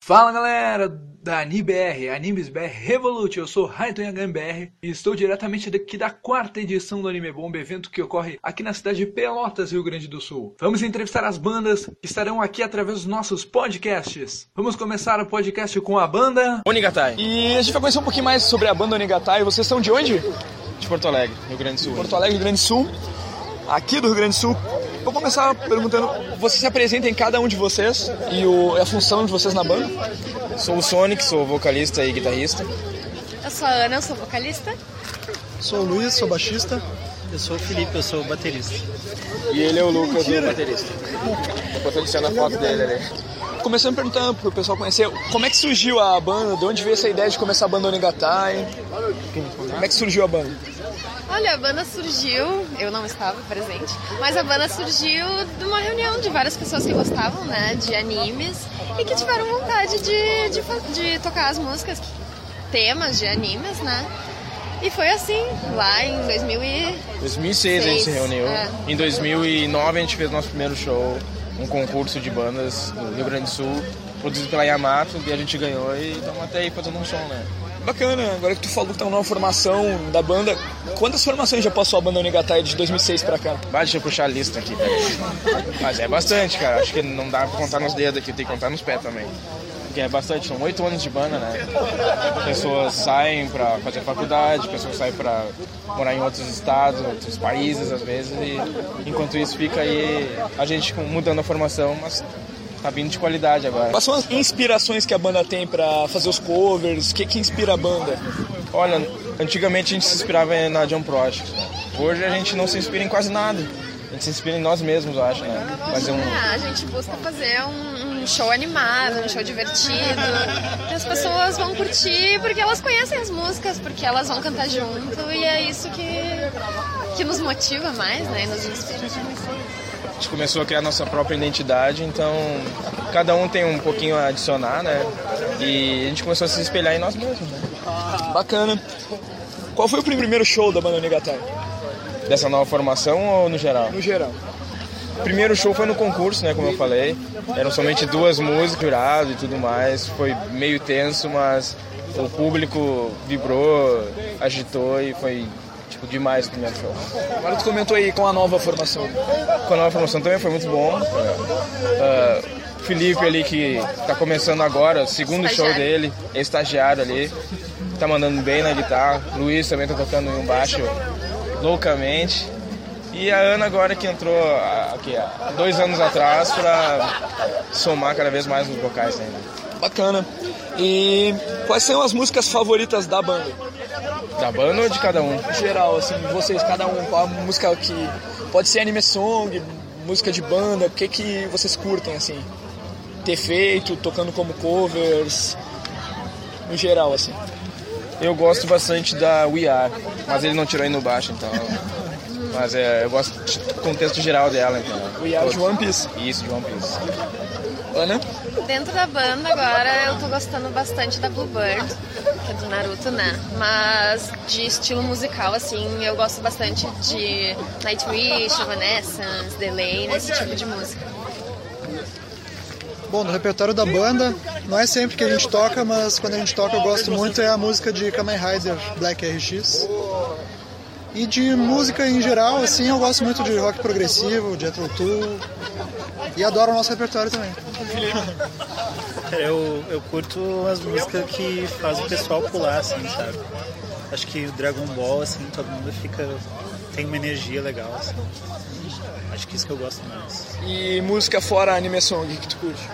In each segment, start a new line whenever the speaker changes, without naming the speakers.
Fala galera da AniBR, AnimesBR Revolut, eu sou Raito YaganBR e estou diretamente daqui da quarta edição do Anime Bomb, evento que ocorre aqui na cidade de Pelotas, Rio Grande do Sul. Vamos entrevistar as bandas que estarão aqui através dos nossos podcasts. Vamos começar o podcast com a banda.
Onigatai,
E a gente vai conhecer um pouquinho mais sobre a banda Onigatai. Vocês são de onde?
de Porto Alegre, Rio Grande do Sul.
Porto Alegre, Rio Grande do Sul. Aqui do Rio Grande do Sul. Eu vou começar perguntando, vocês se apresentem cada um de vocês e o- é a função de vocês na banda?
Sou o Sonic, sou vocalista e guitarrista.
Eu sou a Ana, eu sou vocalista.
Sou o Luiz, sou baixista. Eu sou o Felipe, eu sou baterista.
E ele é o Lucas, o baterista. Tô potenciando a foto dele ali.
Começando perguntando pro pessoal conhecer, como é que surgiu a banda? De onde veio essa ideia de começar a banda Onigatai? Como é que surgiu a banda?
Olha, a banda surgiu, eu não estava presente, mas a banda surgiu de uma reunião de várias pessoas que gostavam, né, de animes e que tiveram vontade de, de, fa- de tocar as músicas, temas de animes, né? E foi assim, lá em 2000 e...
2006 a gente se
Seis,
reuniu.
é.
Em 2009 a gente fez nosso primeiro show, um concurso de bandas no Rio Grande do Sul, produzido pela Yamato, e a gente ganhou e estamos até aí fazendo um som, né?
Bacana, agora que tu falou que tá uma nova formação da banda, quantas formações já passou a banda Onigatai de 2006 pra cá?
Vai, deixa eu puxar a lista aqui. peraí. Mas é bastante, cara. Acho que não dá pra contar nos dedos aqui, tem que contar nos pés também. Porque é bastante, são oito anos de banda, né? Pessoas saem pra fazer faculdade, pessoas saem pra morar em outros estados, outros países às vezes, e enquanto isso fica aí a gente com- mudando a formação, mas tá vindo de qualidade agora.
Quais são as inspirações que a banda tem pra fazer os covers? O que, que inspira a banda?
Olha, antigamente a gente se inspirava na John Project, né? Hoje a gente não se inspira em quase nada. A gente se inspira em nós mesmos, eu acho, né? Fazer um,
Ah, a gente busca fazer um, um show animado, um show divertido, que as pessoas vão curtir porque elas conhecem as músicas, porque elas vão cantar junto e é isso que, que nos motiva mais, né? E nos inspira.
gente começou a criar nossa própria identidade, então cada um tem um pouquinho a adicionar, né? E a gente começou a se espelhar em nós mesmos, né?
Bacana. Qual foi o primeiro show da banda Onigatai?
Dessa nova formação ou no geral?
No geral.
O primeiro show foi no concurso, né? Como eu falei. Eram somente duas músicas, jurado e tudo mais. Foi meio tenso, mas o público vibrou, agitou e foi tipo demais o primeiro show.
Agora tu comentou aí com a nova formação.
com a nova formação também foi muito bom. Ah, Felipe ali que tá começando agora, o segundo show
Estagiário.
dele, é estagiário ali, tá mandando bem na guitarra. Luiz também tá tocando em um baixo loucamente. E a Ana agora que entrou ah, aqui, há dois anos atrás pra somar cada vez mais nos vocais né? ainda.
Bacana. E quais são as músicas favoritas da banda?
Da banda ou de cada um?
No geral, assim, vocês, cada um, qual a música que. Pode ser anime song, música de banda, o que, que vocês curtem, assim? Ter feito, tocando como covers. No geral, assim.
Eu gosto bastante da We Are, mas ele não tirou aí no baixo, então. Mas é, eu gosto do contexto geral dela, então.
We Are de One Piece.
Isso, de One Piece.
Ana?
Dentro da banda agora eu tô gostando bastante da Bluebird, que é do Naruto, né? Mas de estilo musical, assim, eu gosto bastante de Nightwish, Evanescence, The Lane, esse tipo de música.
Bom, no repertório da banda, não é sempre que a gente toca, mas quando a gente toca eu gosto muito é a música de Kamen Rider Black RX. E de música em geral, assim, eu gosto muito de rock progressivo, de retro tool. E adoro o nosso repertório também.
Eu, eu curto as músicas que fazem o pessoal pular, assim, sabe? Acho que o Dragon Ball, assim, todo mundo fica. tem uma energia legal, assim. Acho que isso que eu gosto mais.
E música fora anime song, que tu curte?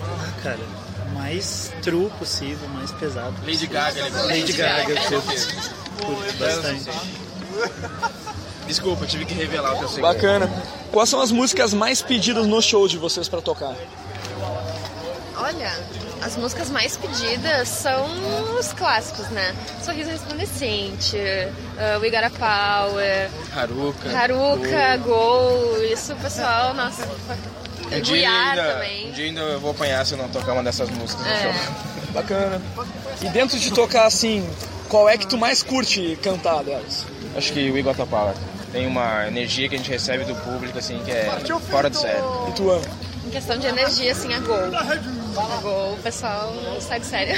Ah, Cara, o mais true possível, o mais pesado.
Lady Gaga, ele gosta.
Lady Gaga, eu curto, curto
é,
bastante.
Desculpa, eu tive que revelar o teu segredo.
Bacana. Quais são as músicas mais pedidas nos shows de vocês pra tocar?
Olha, as músicas mais pedidas são os clássicos, né? Sorriso Resplandecente, uh, We Got a Power,
Haruka.
Haruka, Gol, isso pessoal, nossa.
Um dia
Guiar
ainda- Um
também.
dia ainda eu vou apanhar se eu não tocar uma dessas músicas no
É.
show.
Bacana. E dentro de tocar assim, qual é que tu mais curte cantar delas?
Acho que o Igor Power. Tem uma energia que a gente recebe do público, assim, que é fora de sério.
E tu ama?
Em questão de energia, assim, a gol. A gol, o pessoal sai de sério.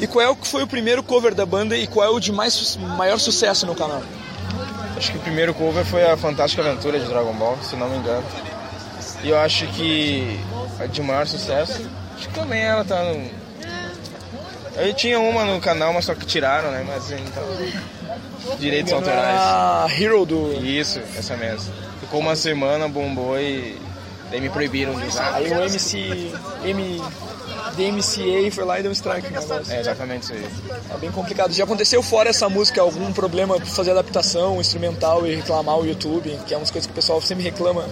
E qual é o que foi o primeiro cover da banda e qual é o de mais, su- maior sucesso no canal?
Acho que o primeiro cover foi a Fantástica Aventura de Dragon Ball, se não me engano. E eu acho que a de maior sucesso, acho que também ela tá no. Eu tinha uma no canal, mas só que tiraram, né? Mas então. Direitos autorais.
é A Hero do.
Isso, essa mesmo. Ficou uma semana, bombou e. Daí me proibiram de usar.
Aí o MC. M, DMCA foi lá e deu um strike no negócio.
É exatamente isso aí.
É bem complicado. Já aconteceu fora essa música algum problema pra fazer adaptação instrumental e reclamar o YouTube, que é umas coisas que o pessoal sempre reclama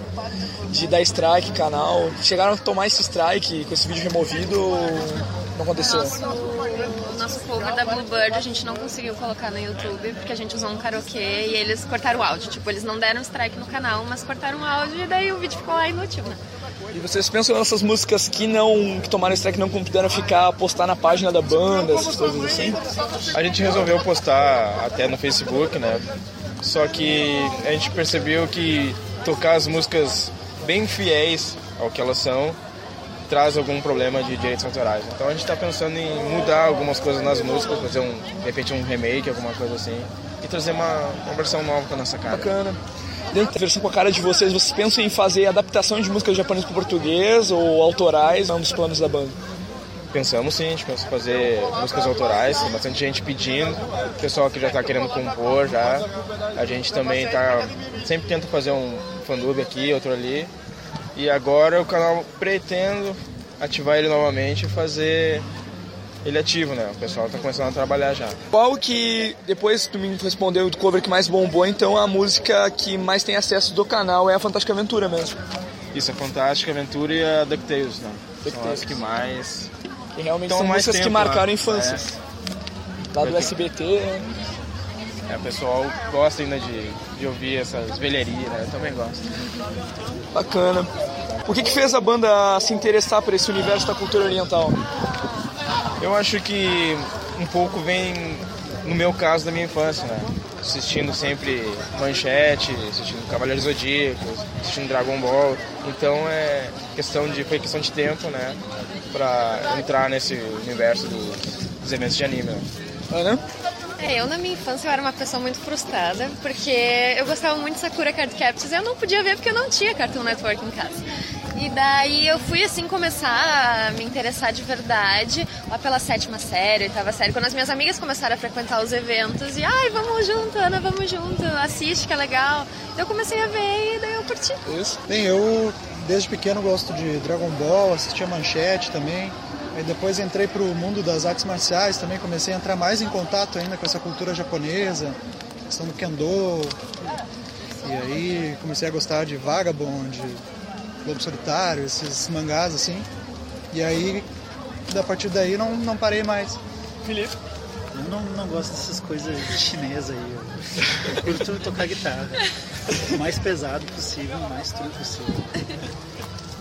de dar strike, canal. Chegaram a tomar esse strike com esse vídeo removido ou não aconteceu?
Nosso, nosso cover da Bluebird a gente não conseguiu colocar no YouTube porque a gente usou um karaokê e eles cortaram o áudio. Tipo, eles não deram strike no canal, mas cortaram o áudio e daí o vídeo ficou lá inútil, né?
E vocês pensam nessas músicas que não. que tomaram strike e não puderam ficar, postar na página da banda, essas coisas assim?
A gente resolveu postar até no Facebook, né? Só que a gente percebeu que tocar as músicas bem fiéis ao que elas são traz algum problema de direitos autorais. Então a gente está pensando em mudar algumas coisas nas músicas, fazer um, de repente um remake, alguma coisa assim, e trazer uma, uma versão nova com a nossa cara.
Bacana. Dentro da versão com a cara de vocês, vocês pensam em fazer adaptação de músicas japonesas para português ou autorais? É um dos planos da banda.
Pensamos sim, a gente pensa em fazer músicas autorais, tem bastante gente pedindo, o pessoal que já está querendo compor já. A gente também tá sempre tenta fazer um fandub aqui, outro ali. E agora o canal pretendo ativar ele novamente e fazer ele ativo, né? O pessoal tá começando a trabalhar já.
Qual que, depois tu me respondeu do cover que mais bombou, então a música que mais tem acesso do canal é a Fantástica Aventura mesmo.
Isso é Fantástica Aventura e a DuckTales, né? São as
DuckTales.
que mais.
Que realmente
Então,
são
mais
músicas que
tempo,
marcaram
né?
infâncias. Lá do SBT, né?
É, o pessoal gosta ainda de, de ouvir essas velharias, né? Eu também gosto.
bacana. O que que fez a banda se interessar por esse universo da cultura oriental?
Eu acho que um pouco vem, no meu caso, da minha infância, né? Assistindo sempre Manchete, assistindo Cavaleiros Zodíacos, assistindo Dragon Ball. Então é questão de, foi questão de tempo, né? Pra entrar nesse universo dos, dos eventos de anime. né?
Ana?
É, eu na minha infância eu era uma pessoa muito frustrada, porque eu gostava muito de Sakura Card Captors, eu não podia ver porque eu não tinha Cartoon Network em casa. E daí eu fui assim começar a me interessar de verdade lá pela sétima série, oitava série, quando as minhas amigas começaram a frequentar os eventos e ai, vamos junto, Ana, vamos junto, assiste que é legal. Eu comecei a ver e daí eu curti.
Isso.
Bem, eu desde pequeno gosto de Dragon Ball, assistia Manchete também. Aí depois entrei pro mundo das artes marciais também, comecei a entrar mais em contato ainda com essa cultura japonesa, questão do Kendo. E aí comecei a gostar de Vagabond, de Lobo Solitário, esses mangás assim. E aí, a partir daí, não, não parei mais.
Felipe?
Eu não, não gosto dessas coisas chinesas aí. Eu, eu curto tocar guitarra. O mais pesado possível, o mais true possível.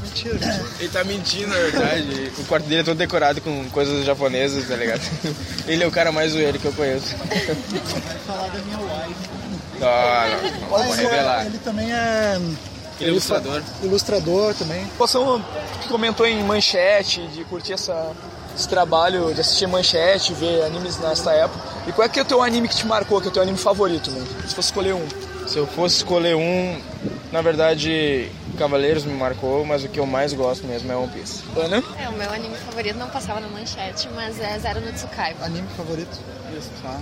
Mentira,
Ele tá mentindo, na verdade. O quarto dele é todo decorado com coisas japonesas, tá ligado? Ele é o cara mais zoeiro que eu conheço.
Falar da minha wife.
Ah, não, não, não vou
Mas, é,
revelar.
ele também é
Ele é ilustrador.
ilustrador também.
Poção que comentou em manchete, de curtir essa- esse trabalho, de assistir manchete, ver animes nessa época. E qual é que é o teu anime que te marcou, que é o teu anime favorito, mano? Se fosse escolher um.
Se eu fosse escolher um, na verdade, Cavaleiros me marcou, mas o que eu mais gosto mesmo é One Piece.
Ana?
É, o meu anime favorito não passava na manchete, mas é Zero no Tsukai.
Anime favorito? Isso. Tá.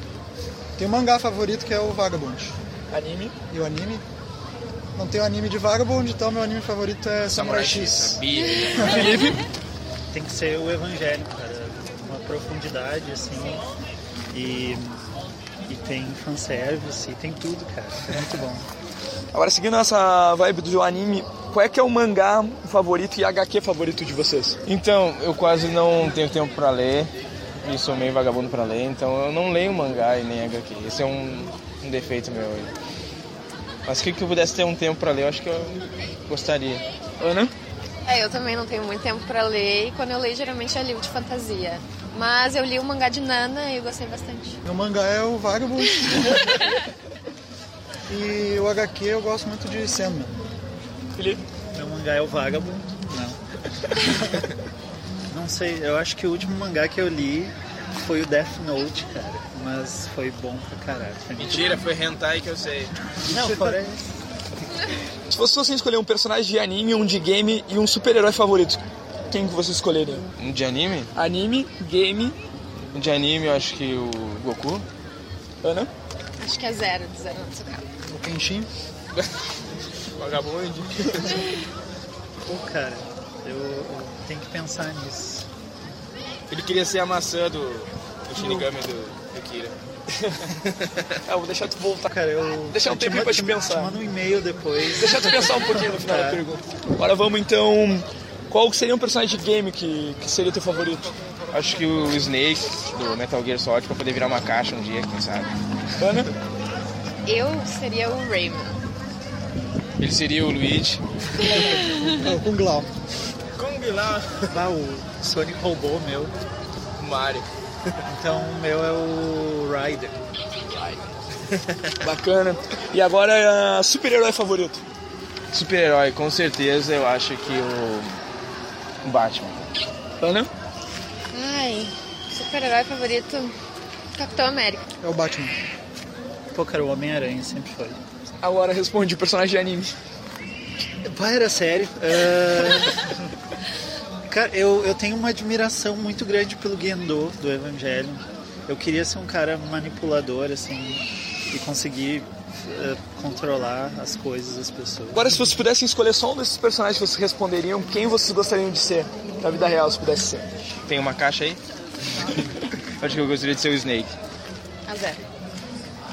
Tem um mangá favorito que é o Vagabond.
Anime?
E o anime? Não tem o anime de Vagabond, então meu anime favorito é Samurai X.
sabia.
Felipe?
Tem que ser o evangélico, cara. Uma profundidade, assim. E, e tem fanservice, e tem tudo, cara. É muito bom.
Agora, seguindo essa vibe do anime, qual é que é o mangá favorito e HQ favorito de vocês?
Então, eu quase não tenho tempo pra ler, e sou meio vagabundo pra ler, então eu não leio mangá e nem HQ. Esse é um, um defeito meu. Mas que que eu pudesse ter um tempo pra ler, eu acho que eu gostaria.
Ana?
É, eu também não tenho muito tempo pra ler e quando eu leio geralmente é livro de fantasia. Mas eu li o mangá de Nana e eu gostei bastante.
Meu mangá é o Vagabond. e o HQ eu gosto muito de Sandman.
Felipe?
mangá é o Vagabundo. Não. Não sei, eu acho que o último mangá que eu li foi o Death Note, cara. Mas foi bom pra caralho. Foi muito
Mentira, foi Hentai que eu sei.
bom. Não, fora isso.
Se fosse você escolher um personagem de anime, um de game e um super-herói favorito, quem que você escolheria?
Um de anime?
Anime, game,
Um de anime, eu acho que o Goku.
Ana?
Acho que é zero, de zero no seu caso.
O Kenshin.
Vagabundo.
Pô, cara, eu, eu tenho que pensar nisso.
Ele queria ser a maçã do, do Shinigami do, do Kira.
Ah, vou deixar tu voltar.
Cara, eu.
Deixa um
eu te
tempinho
ma-
pra te
ma-
pensar.
Te mando um e-mail depois.
Deixa tu pensar um pouquinho no final
É.
da pergunta. Agora vamos então. Qual seria um personagem de game que, que seria teu favorito?
Acho que o Snake do Metal Gear Solid pra poder virar uma caixa um dia, quem sabe.
Ana?
Eu seria o Raymond.
Ele seria o Luigi.
É o Kung Lao.
Kung Lao.
Ah, o Sonic roubou o meu.
Mario.
Então o meu é o Ryder.
Bacana. E agora, ah, super-herói favorito?
Super-herói, com certeza eu acho que o. o Batman.
Ana?
Ai, super-herói favorito. Capitão América.
É o Batman.
Pô, cara, o Homem-Aranha sempre foi.
Agora responde personagem de anime.
Pai, era sério. Ah, cara, eu, eu tenho uma admiração muito grande pelo Gendo do Evangelho. Eu queria ser um cara manipulador, assim, e conseguir ah, controlar as coisas, as pessoas.
Agora, se vocês pudessem escolher só um desses personagens que vocês responderiam, quem vocês gostariam de ser na vida real, se pudesse ser?
Tem uma caixa aí? acho que eu gostaria de ser o Snake.
A zero.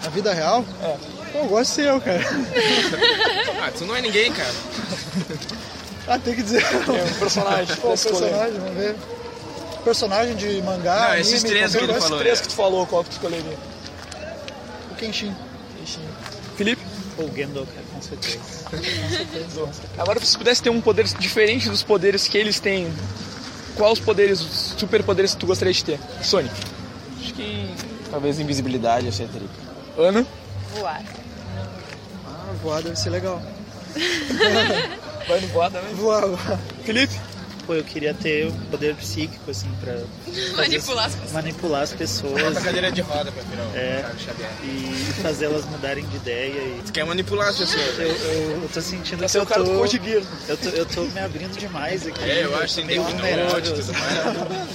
Na vida real? É. Pô, eu gosto de ser eu, cara.
Ah, tu não é ninguém, cara.
Ah, tem que dizer.
É, um personagem.
Pô,
Pô, escolher.
personagem, vamos ver. Personagem de mangá.
Não, Ah, esses
anime,
três
qualquer
que ele
coisa.
falou. é.
Três que tu falou, qual que tu escolheria?
O Kenshin.
Felipe?
Pô, o Gendo, cara, com certeza.
Agora, se você pudesse ter um poder diferente dos poderes que eles têm, quais os poderes, os superpoderes que tu gostaria de ter? Sonic.
Acho que. Talvez invisibilidade, eu sei, Trico.
Ana?
Voar.
Ah, voar deve ser legal.
Vai no voar também.
Voar, voar.
Felipe?
Pô, eu queria ter um poder psíquico, assim, pra
Manipular as pessoas.
manipular as pessoas
cadeira de roda pra virar o
É. Charles e fazê-las mudarem de ideia. E
Tu quer manipular as pessoas. né?
eu, Então, eu, eu tô
Vai
sentindo que
é
ser
eu
o cara do
tô...
Code Geass.
Eu tô, eu tô me abrindo demais aqui.
É, eu acho que tem
meio
um
vulnerável,
e tudo
assim.
mais. né?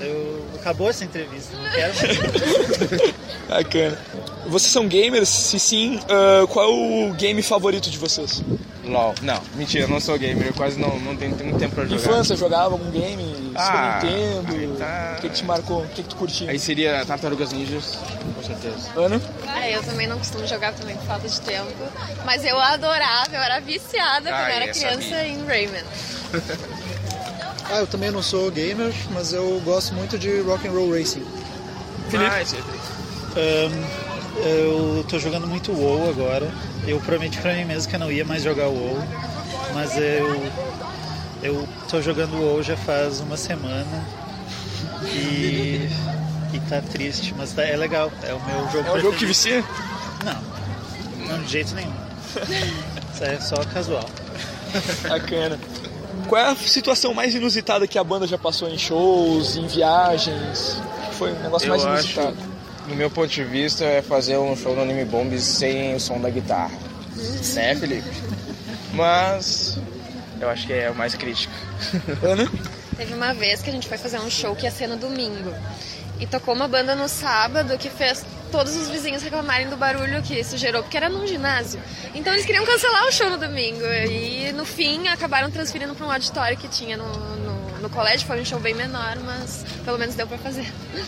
Eu... Acabou essa entrevista, não quero mais.
Bacana. Vocês são gamers? Se sim, ah, qual é o game favorito de vocês?
LOL. Não, mentira, eu não sou gamer, eu quase não, não tenho tanto tempo pra jogar.
Infância, jogava algum game?
Ah,
Super Nintendo?
aí tá.
O que, que te marcou? O que, que tu curtia?
Aí seria Tartarugas Ninjas, com certeza.
Ana?
É, eu também não costumo jogar também por falta de tempo. Mas eu adorava, eu era viciada quando
Ah,
eu era
eu
criança
sabia.
em Rayman.
Ah, eu também não sou gamer, mas eu gosto muito de rock and roll racing.
Felipe?
Ah, esse é Trico.
Ahn, eu tô jogando muito WoW agora. Eu prometi pra mim mesmo que eu não ia mais jogar WoW. Mas eu... Eu tô jogando WoW já faz uma semana. E... E tá triste, mas tá- é legal. É o meu jogo
É um jogo que
preferido.
vicia?
Não, não de jeito nenhum. Isso é só casual.
Bacana. Qual é a situação mais inusitada que a banda já passou em shows, em viagens? Foi um negócio
Eu
mais
acho.
inusitado.
No meu ponto de vista, é fazer um show no Anime Bombs sem o som da guitarra. né, Felipe? Mas eu acho que é o mais crítico.
Ana?
Teve uma vez que a gente foi fazer um show que ia ser no domingo. E tocou uma banda no sábado que fez todos os vizinhos reclamarem do barulho que isso gerou, porque era num ginásio. Então eles queriam cancelar o show no domingo. E no fim acabaram transferindo para um auditório que tinha no, no, no colégio. Foi um show bem menor, mas pelo menos deu para fazer.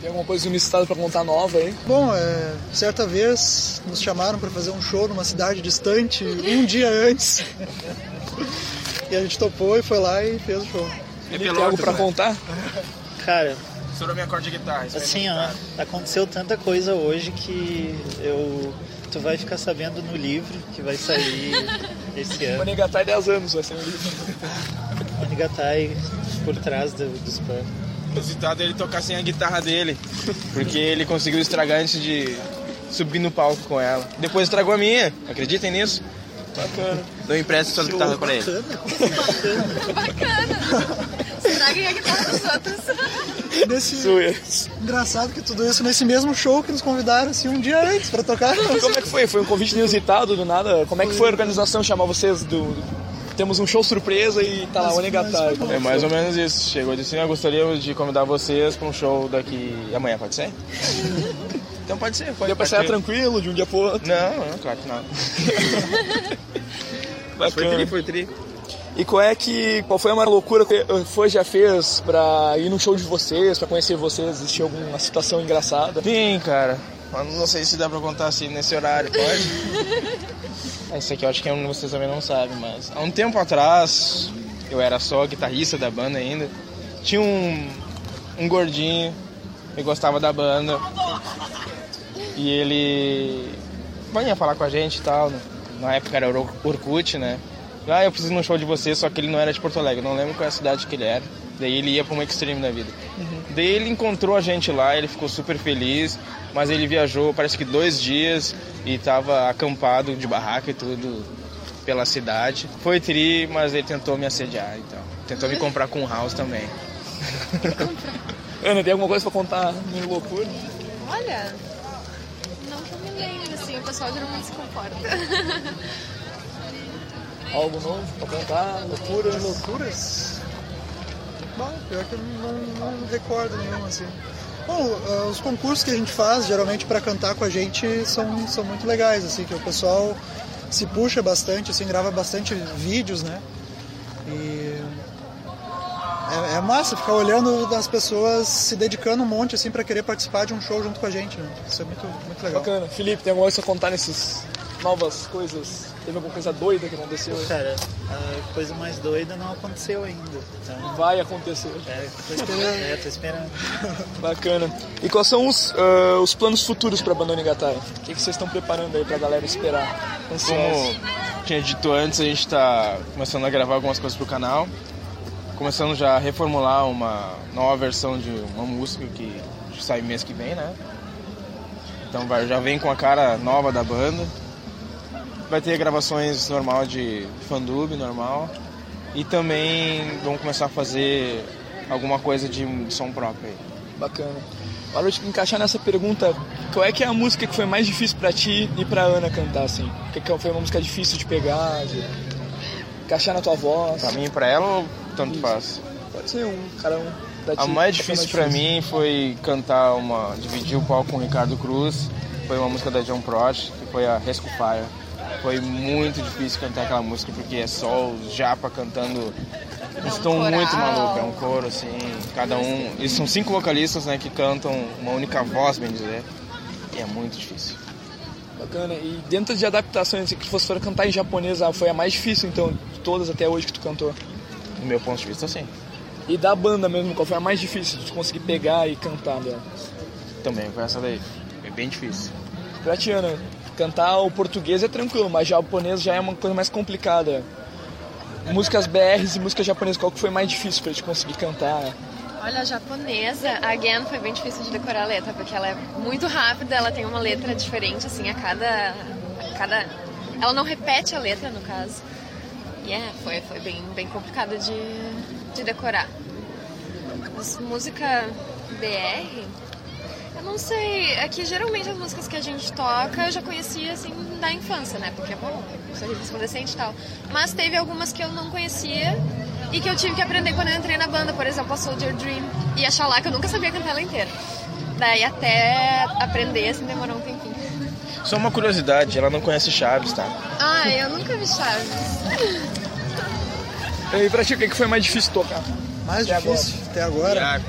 Tem alguma coisa inusitada pra contar nova aí?
Bom, é, certa vez nos chamaram para fazer um show numa cidade distante, um dia antes. E a gente topou e foi lá e fez o show.
Felipe, tem algo pra
né?
contar?
Cara,
Estourou minha corda de guitarra.
assim, ó, aconteceu tanta coisa hoje que eu. Tu vai ficar sabendo no livro que vai sair esse ano.
Manigatai 10 anos, vai ser um livro.
Manigatai tá por trás do, dos panos.
Inusitado ele tocar sem a guitarra dele, porque ele conseguiu estragar antes de subir no palco com ela. Depois estragou a minha, acreditem nisso.
Bacana.
Não empresta suas guitarras pra ele.
Bacana.
Que bacana! Estraguem a guitarra dos tá outros.
Nesse...
Zoeiras.
Engraçado que tudo isso nesse mesmo show que nos convidaram assim, um dia antes pra tocar.
Como é que foi? Foi um convite inusitado, do nada? Como é que foi a organização chamar vocês do... Temos um show surpresa e tá lá,
Mas-
Onegatai.
mas foi
É mais ou menos isso. Chegou e disse assim, eu gostaria de convidar vocês pra um show daqui amanhã, pode ser? então pode ser, pode
Deu pra
pode
sair
ter.
tranquilo de um dia pro outro.
Não, não, claro que não. Foi tri,
Bacana.
foi tri.
E qual é que. Qual foi a maior loucura que foi já fez pra ir num show de vocês, pra conhecer vocês? Existiu alguma situação engraçada?
Sim, cara. Mas não sei se dá pra contar assim nesse horário, pode? É, Isso aqui eu acho que vocês também não sabem, mas há um tempo atrás, eu era só guitarrista da banda ainda, tinha um, um gordinho que gostava da banda. E ele vinha falar com a gente e tal. né? Na época era Oro- Orkut, né? Ah, eu preciso ir num show de vocês, só que ele não era de Porto Alegre, não lembro qual é a cidade que ele era. Daí ele ia pra um extreme da vida. Daí ele encontrou a gente lá, ele ficou super feliz, mas ele viajou parece que dois dias e tava acampado de barraca e tudo pela cidade. Foi tri, mas ele tentou me assediar, então. Tentou me comprar com um house também.
Ana, tem alguma coisa pra contar de loucura?
Olha, não que eu me lembre, assim, o pessoal geralmente se comporta.
Algo novo pra contar? Loucura?
Loucuras? Bom, pior que eu não, não recordo nenhum assim. Bom, ah, os concursos que a gente faz, geralmente pra cantar com a gente, são, são muito legais, assim, que o pessoal se puxa bastante, assim, grava bastante vídeos, né? E é, é massa ficar olhando as pessoas se dedicando um monte, assim, pra querer participar de um show junto com a gente, né? Isso é muito, muito legal.
Bacana. Felipe, tem alguma coisa pra contar nessas novas coisas? Teve alguma coisa doida que aconteceu?
Cara, a coisa mais doida não aconteceu ainda. Então,
Vai acontecer.
é, tô esperando. É, tô esperando.
Bacana. E quais são os, ah, os planos futuros pra Banda Onigatai? O que, que vocês estão preparando aí pra galera esperar?
Como
Ansiosos.
tinha dito antes, a gente tá começando a gravar algumas coisas pro canal. Começando já a reformular uma nova versão de uma música que sai mês que vem, né? Então vai- já vem com a cara nova da banda. Vai ter gravações normal de fandub, normal. E também vamos começar a fazer alguma coisa de som próprio aí.
Bacana. Para eu te encaixar nessa pergunta, qual é que é a música que foi mais difícil pra ti e pra Ana cantar, assim? O que, que foi uma música difícil de pegar, de encaixar na tua voz?
Pra mim e pra ela, ou tanto faz?
Pode ser um, cara, um. da
A
ti,
mais
que foi
difícil pra mim foi cantar uma. dividir o palco com o Ricardo Cruz. Foi uma música da John Prosh, que foi a Rescue Fire. Foi muito difícil cantar aquela música porque é só o Japa cantando um
um
tom
coral.
muito maluco, é um coro assim, cada um. E são cinco vocalistas né, que cantam uma única voz, bem dizer. E é muito difícil.
Bacana. E dentro de adaptações, que você for cantar em japonês, ah, foi a mais difícil, então, de todas até hoje que tu cantou.
Do meu ponto de vista, sim.
E da banda mesmo, qual foi a mais difícil de tu conseguir pegar e cantar dela?
Também foi essa daí. Foi bem difícil.
Pra ti, Ana, cantar o português é tranquilo, mas japonês já é uma coisa mais complicada. Músicas BRs e música japonesa, qual que foi mais difícil pra te conseguir cantar?
Olha, a japonesa, again, foi bem difícil de decorar a letra, porque ela é muito rápida, ela tem uma letra diferente, assim, a cada. A cada... Ela não repete a letra, no caso. E é, foi, foi bem, bem complicado de, de decorar. Mas música BR, eu não sei, é que geralmente as músicas que a gente toca eu já conhecia assim da infância, né? Porque, bom, sou revista adolescente e tal. Mas teve algumas que eu não conhecia e que eu tive que aprender quando eu entrei na banda, por exemplo, a Soldier Dream e a Xalá, que eu nunca sabia cantar ela inteira. Daí até aprender, assim, demorou um tempinho.
Só uma curiosidade, ela não conhece Chaves, tá?
Ah, eu nunca vi Chaves.
E pra ti, o que que foi mais difícil tocar?
Mais
Até
difícil até agora.
Ah,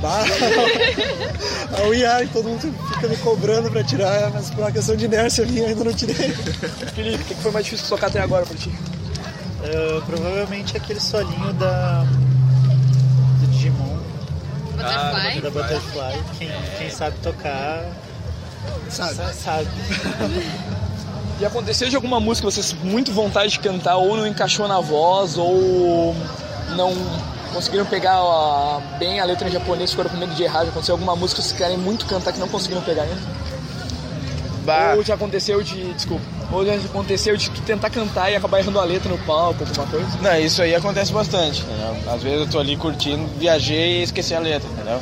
Bah, É a IA, todo mundo fica me cobrando pra tirar, mas por uma questão de inércia minha eu ainda não tirei.
Felipe, o que que foi mais difícil tocar até agora pra ti?
Ah, provavelmente aquele solinho da. do Digimon,
Butterfly.
da Butterfly. Quem, quem sabe tocar,
Sabe?
sa- sabe.
E aconteceu de alguma música que vocês muito vontade de cantar, ou não encaixou na voz, ou não conseguiram pegar a- bem a letra em japonês, ficaram com medo de errar, já aconteceu alguma música que vocês querem muito cantar que não conseguiram pegar ainda?
Bah.
Ou já aconteceu de. Desculpa. Ou já aconteceu de tu tentar cantar e acabar errando a letra no palco, alguma coisa.
Não, isso aí acontece bastante, entendeu? Às vezes eu tô ali curtindo, viajei e esqueci a letra, entendeu?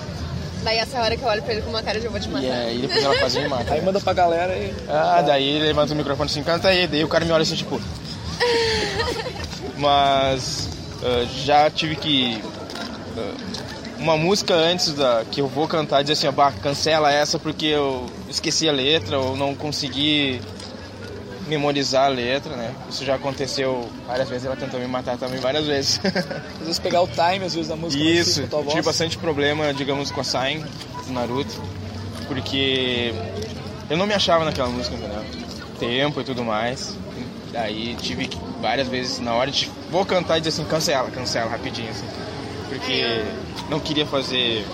Daí essa hora que eu olho pra ele com uma cara de eu vou te matar.
E aí depois ela fazia e mata.
Aí manda pra galera e.
Ah, daí levanta o microfone assim, canta aí, daí o cara me olha assim, tipo. Mas ah, já tive que. ah, uma música antes da que eu vou cantar dizer assim, ó, bah, cancela essa porque eu esqueci a letra ou não consegui memorizar a letra, né? Isso já aconteceu várias vezes, ela tentou me matar também várias vezes.
Às vezes pegar o time, às vezes, da música. não
Isso,
sei, com a tua
tive
voz.
bastante problema, digamos, com a Sain do Naruto, porque eu não me achava naquela música, entendeu? Tempo e tudo mais. Daí tive que, várias vezes na hora de vou cantar e dizer assim, cancela, cancela rapidinho, assim. Porque não queria fazer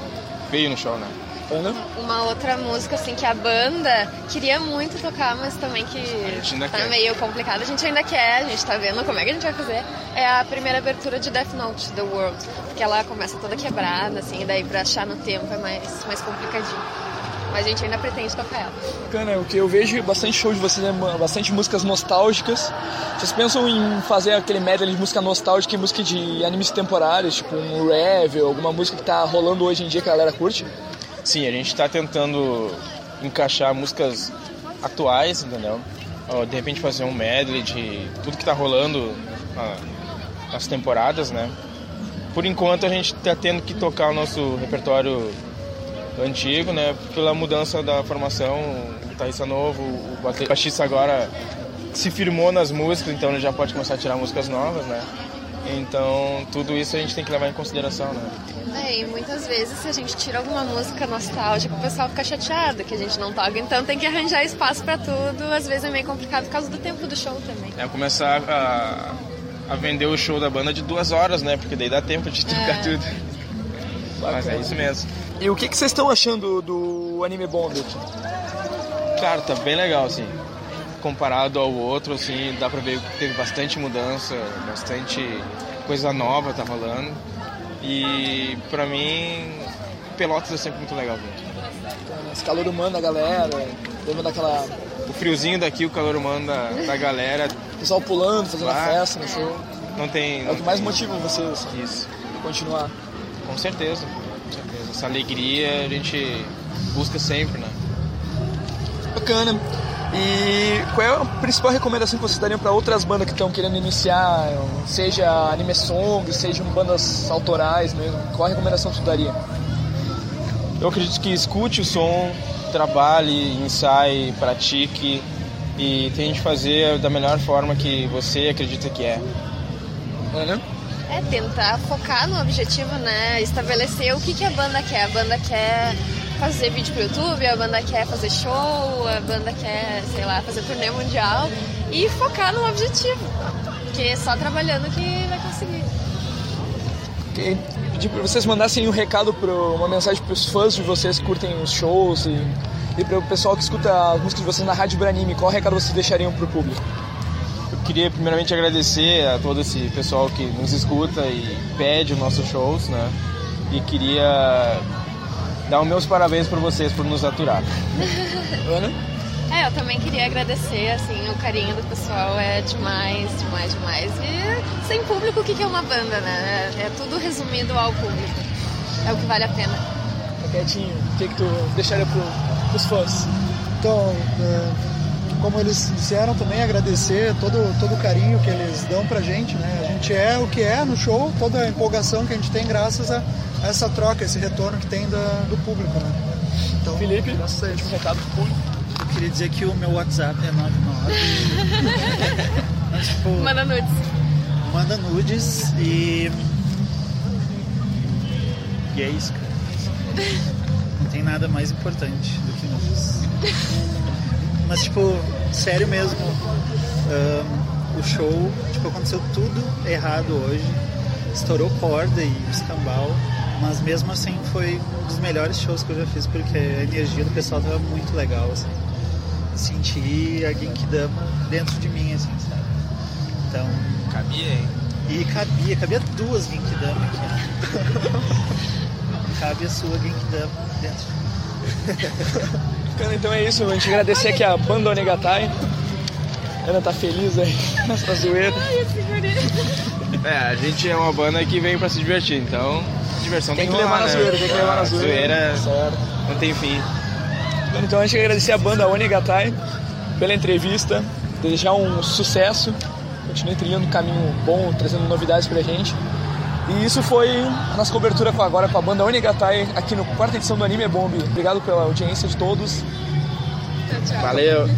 feio no show, né?
Ana?
Uma outra música, assim, que a banda queria muito tocar, mas também que
gente ainda
tá
quer.
meio complicado. A gente ainda quer, a gente tá vendo como é que a gente vai fazer. É a primeira abertura de Death Note, The World. Porque ela começa toda quebrada, assim, e daí pra achar no tempo é mais, mais complicadinho. Mas a gente ainda pretende tocar ela.
Bacana, o que eu vejo bastante show de vocês é ma- bastante músicas nostálgicas. Vocês pensam em fazer aquele medley de música nostálgica e música de animes temporários, tipo um Revel, alguma música que tá rolando hoje em dia que a galera curte?
Sim, a gente tá tentando encaixar músicas atuais, entendeu? Ou, de repente fazer um medley de tudo que tá rolando na- nas temporadas, né? Por enquanto a gente tá tendo que tocar o nosso repertório antigo, né? Pela mudança da formação, o guitarrista novo, o bate- baixista agora se firmou nas músicas, então ele já pode começar a tirar músicas novas, né? Então tudo isso a gente tem que levar em consideração, né?
É, e muitas vezes se a gente tira alguma música nostálgica, o pessoal fica chateado que a gente não toca. Então tem que arranjar espaço pra tudo. Às vezes é meio complicado por causa do tempo do show também.
É começar a, a vender o show da banda de duas horas, né? Porque daí dá tempo de tocar tudo. Mas é isso mesmo.
E o que, que vocês estão achando do anime Bond?
Cara, tá bem legal, assim. Comparado ao outro, assim, dá pra ver que teve bastante mudança, bastante coisa nova tá rolando. E pra mim, Pelotas é sempre muito legal. Viu?
Esse calor humano da galera, lembra daquela.
O friozinho daqui, o calor humano da, da galera,
o pessoal pulando, fazendo a
Ah.
festa, não sei.
não tem.
É o que mais motiva vocês
Isso.
a continuar.
Com certeza, com certeza. Essa alegria a gente busca sempre, né?
Bacana. E qual é a principal recomendação que vocês dariam para outras bandas que estão querendo iniciar, seja anime song, sejam bandas autorais mesmo? Qual a recomendação que tu daria?
Eu acredito que escute o som, trabalhe, ensaie, pratique e tente fazer da melhor forma que você acredita que é.
Ana?
É tentar focar no objetivo, né? Estabelecer o que, que a banda quer. A banda quer fazer vídeo pro YouTube, a banda quer fazer show, a banda quer, sei lá, fazer turnê mundial. E focar no objetivo. Porque é só trabalhando que vai conseguir.
Ok. Pedir para vocês mandassem um recado, pro, uma mensagem para os fãs de vocês que curtem os shows e, e para o pessoal que escuta as músicas de vocês na Rádio Branime. Qual recado vocês deixariam para o público?
Eu queria primeiramente agradecer a todo esse pessoal que nos escuta e pede os nossos shows, né? E queria dar os meus parabéns para vocês por nos aturar.
Ana?
É, eu também queria agradecer, assim, o carinho do pessoal é demais, demais, demais. E sem público, o que que é uma banda, né? É tudo resumido ao público. É o que vale a pena.
Tá quietinho. O que, que tu deixaria para os fãs?
Então, é, como eles disseram também, agradecer todo, todo o carinho que eles dão pra gente, né? A gente é o que é no show, toda a empolgação que a gente tem graças a essa troca, esse retorno que tem da- do público, né? Então,
Felipe,
graças a eles.
último recado para o público.
Eu queria dizer que o meu WhatsApp é 99. Mas, tipo,
Manda nudes.
manda nudes e. E é isso, cara. Não tem nada mais importante do que nudes. Mas, tipo, sério mesmo, ahn, o show, tipo, aconteceu tudo errado hoje. Estourou corda e escambau. Mas mesmo assim foi um dos melhores shows que eu já fiz, porque a energia do pessoal tava muito legal, assim. Senti a Genkidama dentro de mim, assim, sabe? Então,
Cabia, hein?
e cabia, cabia duas Genkidama aqui. Cabe a sua Genkidama dentro.
Bacana, então é isso. A gente agradecer aqui a Banda Onegatai. Ana tá feliz aí nessa zoeira.
É, a gente é uma banda que veio pra se divertir, então diversão tem,
Tem que levar
rolar,
na
né?
zoeira, tem que levar
Ah,
na zoeira. Certo.
não tem fim.
Então a gente quer agradecer a banda Onegatai pela entrevista, desejar um sucesso, continue trilhando um caminho bom, trazendo novidades pra gente. E isso foi a nossa cobertura com- agora com a banda Onegatai aqui no quarta edição do Anime Bomb. Obrigado pela audiência de todos.
Tchau, tchau.
Valeu!